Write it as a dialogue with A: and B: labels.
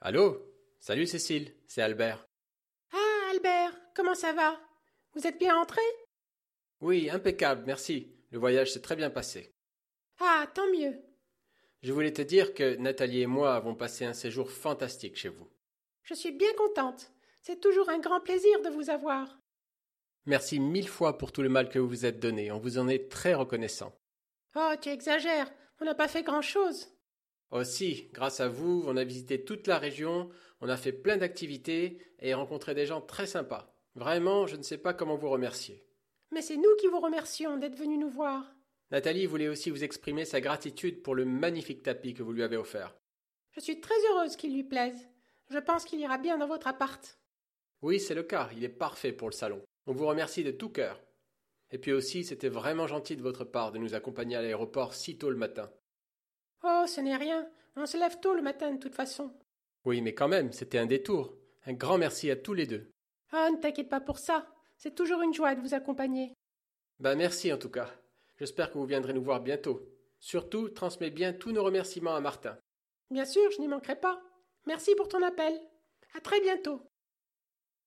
A: Allô Salut Cécile, c'est Albert.
B: Ah, Albert, comment ça va Vous êtes bien rentré
A: Oui, impeccable, merci. Le voyage s'est très bien passé.
B: Ah, tant mieux.
A: Je voulais te dire que Nathalie et moi avons passé un séjour fantastique chez vous.
B: Je suis bien contente. C'est toujours un grand plaisir de vous avoir.
A: Merci mille fois pour tout le mal que vous vous êtes donné, on vous en est très reconnaissant.
B: Oh, tu exagères. On n'a pas fait grand-chose.
A: Aussi, grâce à vous, on a visité toute la région, on a fait plein d'activités et rencontré des gens très sympas. Vraiment, je ne sais pas comment vous remercier.
B: Mais c'est nous qui vous remercions d'être venus nous voir.
A: Nathalie voulait aussi vous exprimer sa gratitude pour le magnifique tapis que vous lui avez offert.
B: Je suis très heureuse qu'il lui plaise. Je pense qu'il ira bien dans votre appart.
A: Oui, c'est le cas, il est parfait pour le salon. On vous remercie de tout cœur. Et puis aussi, c'était vraiment gentil de votre part de nous accompagner à l'aéroport si tôt le matin.
B: Oh, ce n'est rien. On se lève tôt le matin de toute façon.
A: Oui, mais quand même, c'était un détour. Un grand merci à tous les deux.
B: Ah, ne t'inquiète pas pour ça. C'est toujours une joie de vous accompagner.
A: Ben merci en tout cas. J'espère que vous viendrez nous voir bientôt. Surtout, transmets bien tous nos remerciements à Martin.
B: Bien sûr, je n'y manquerai pas. Merci pour ton appel. À très bientôt.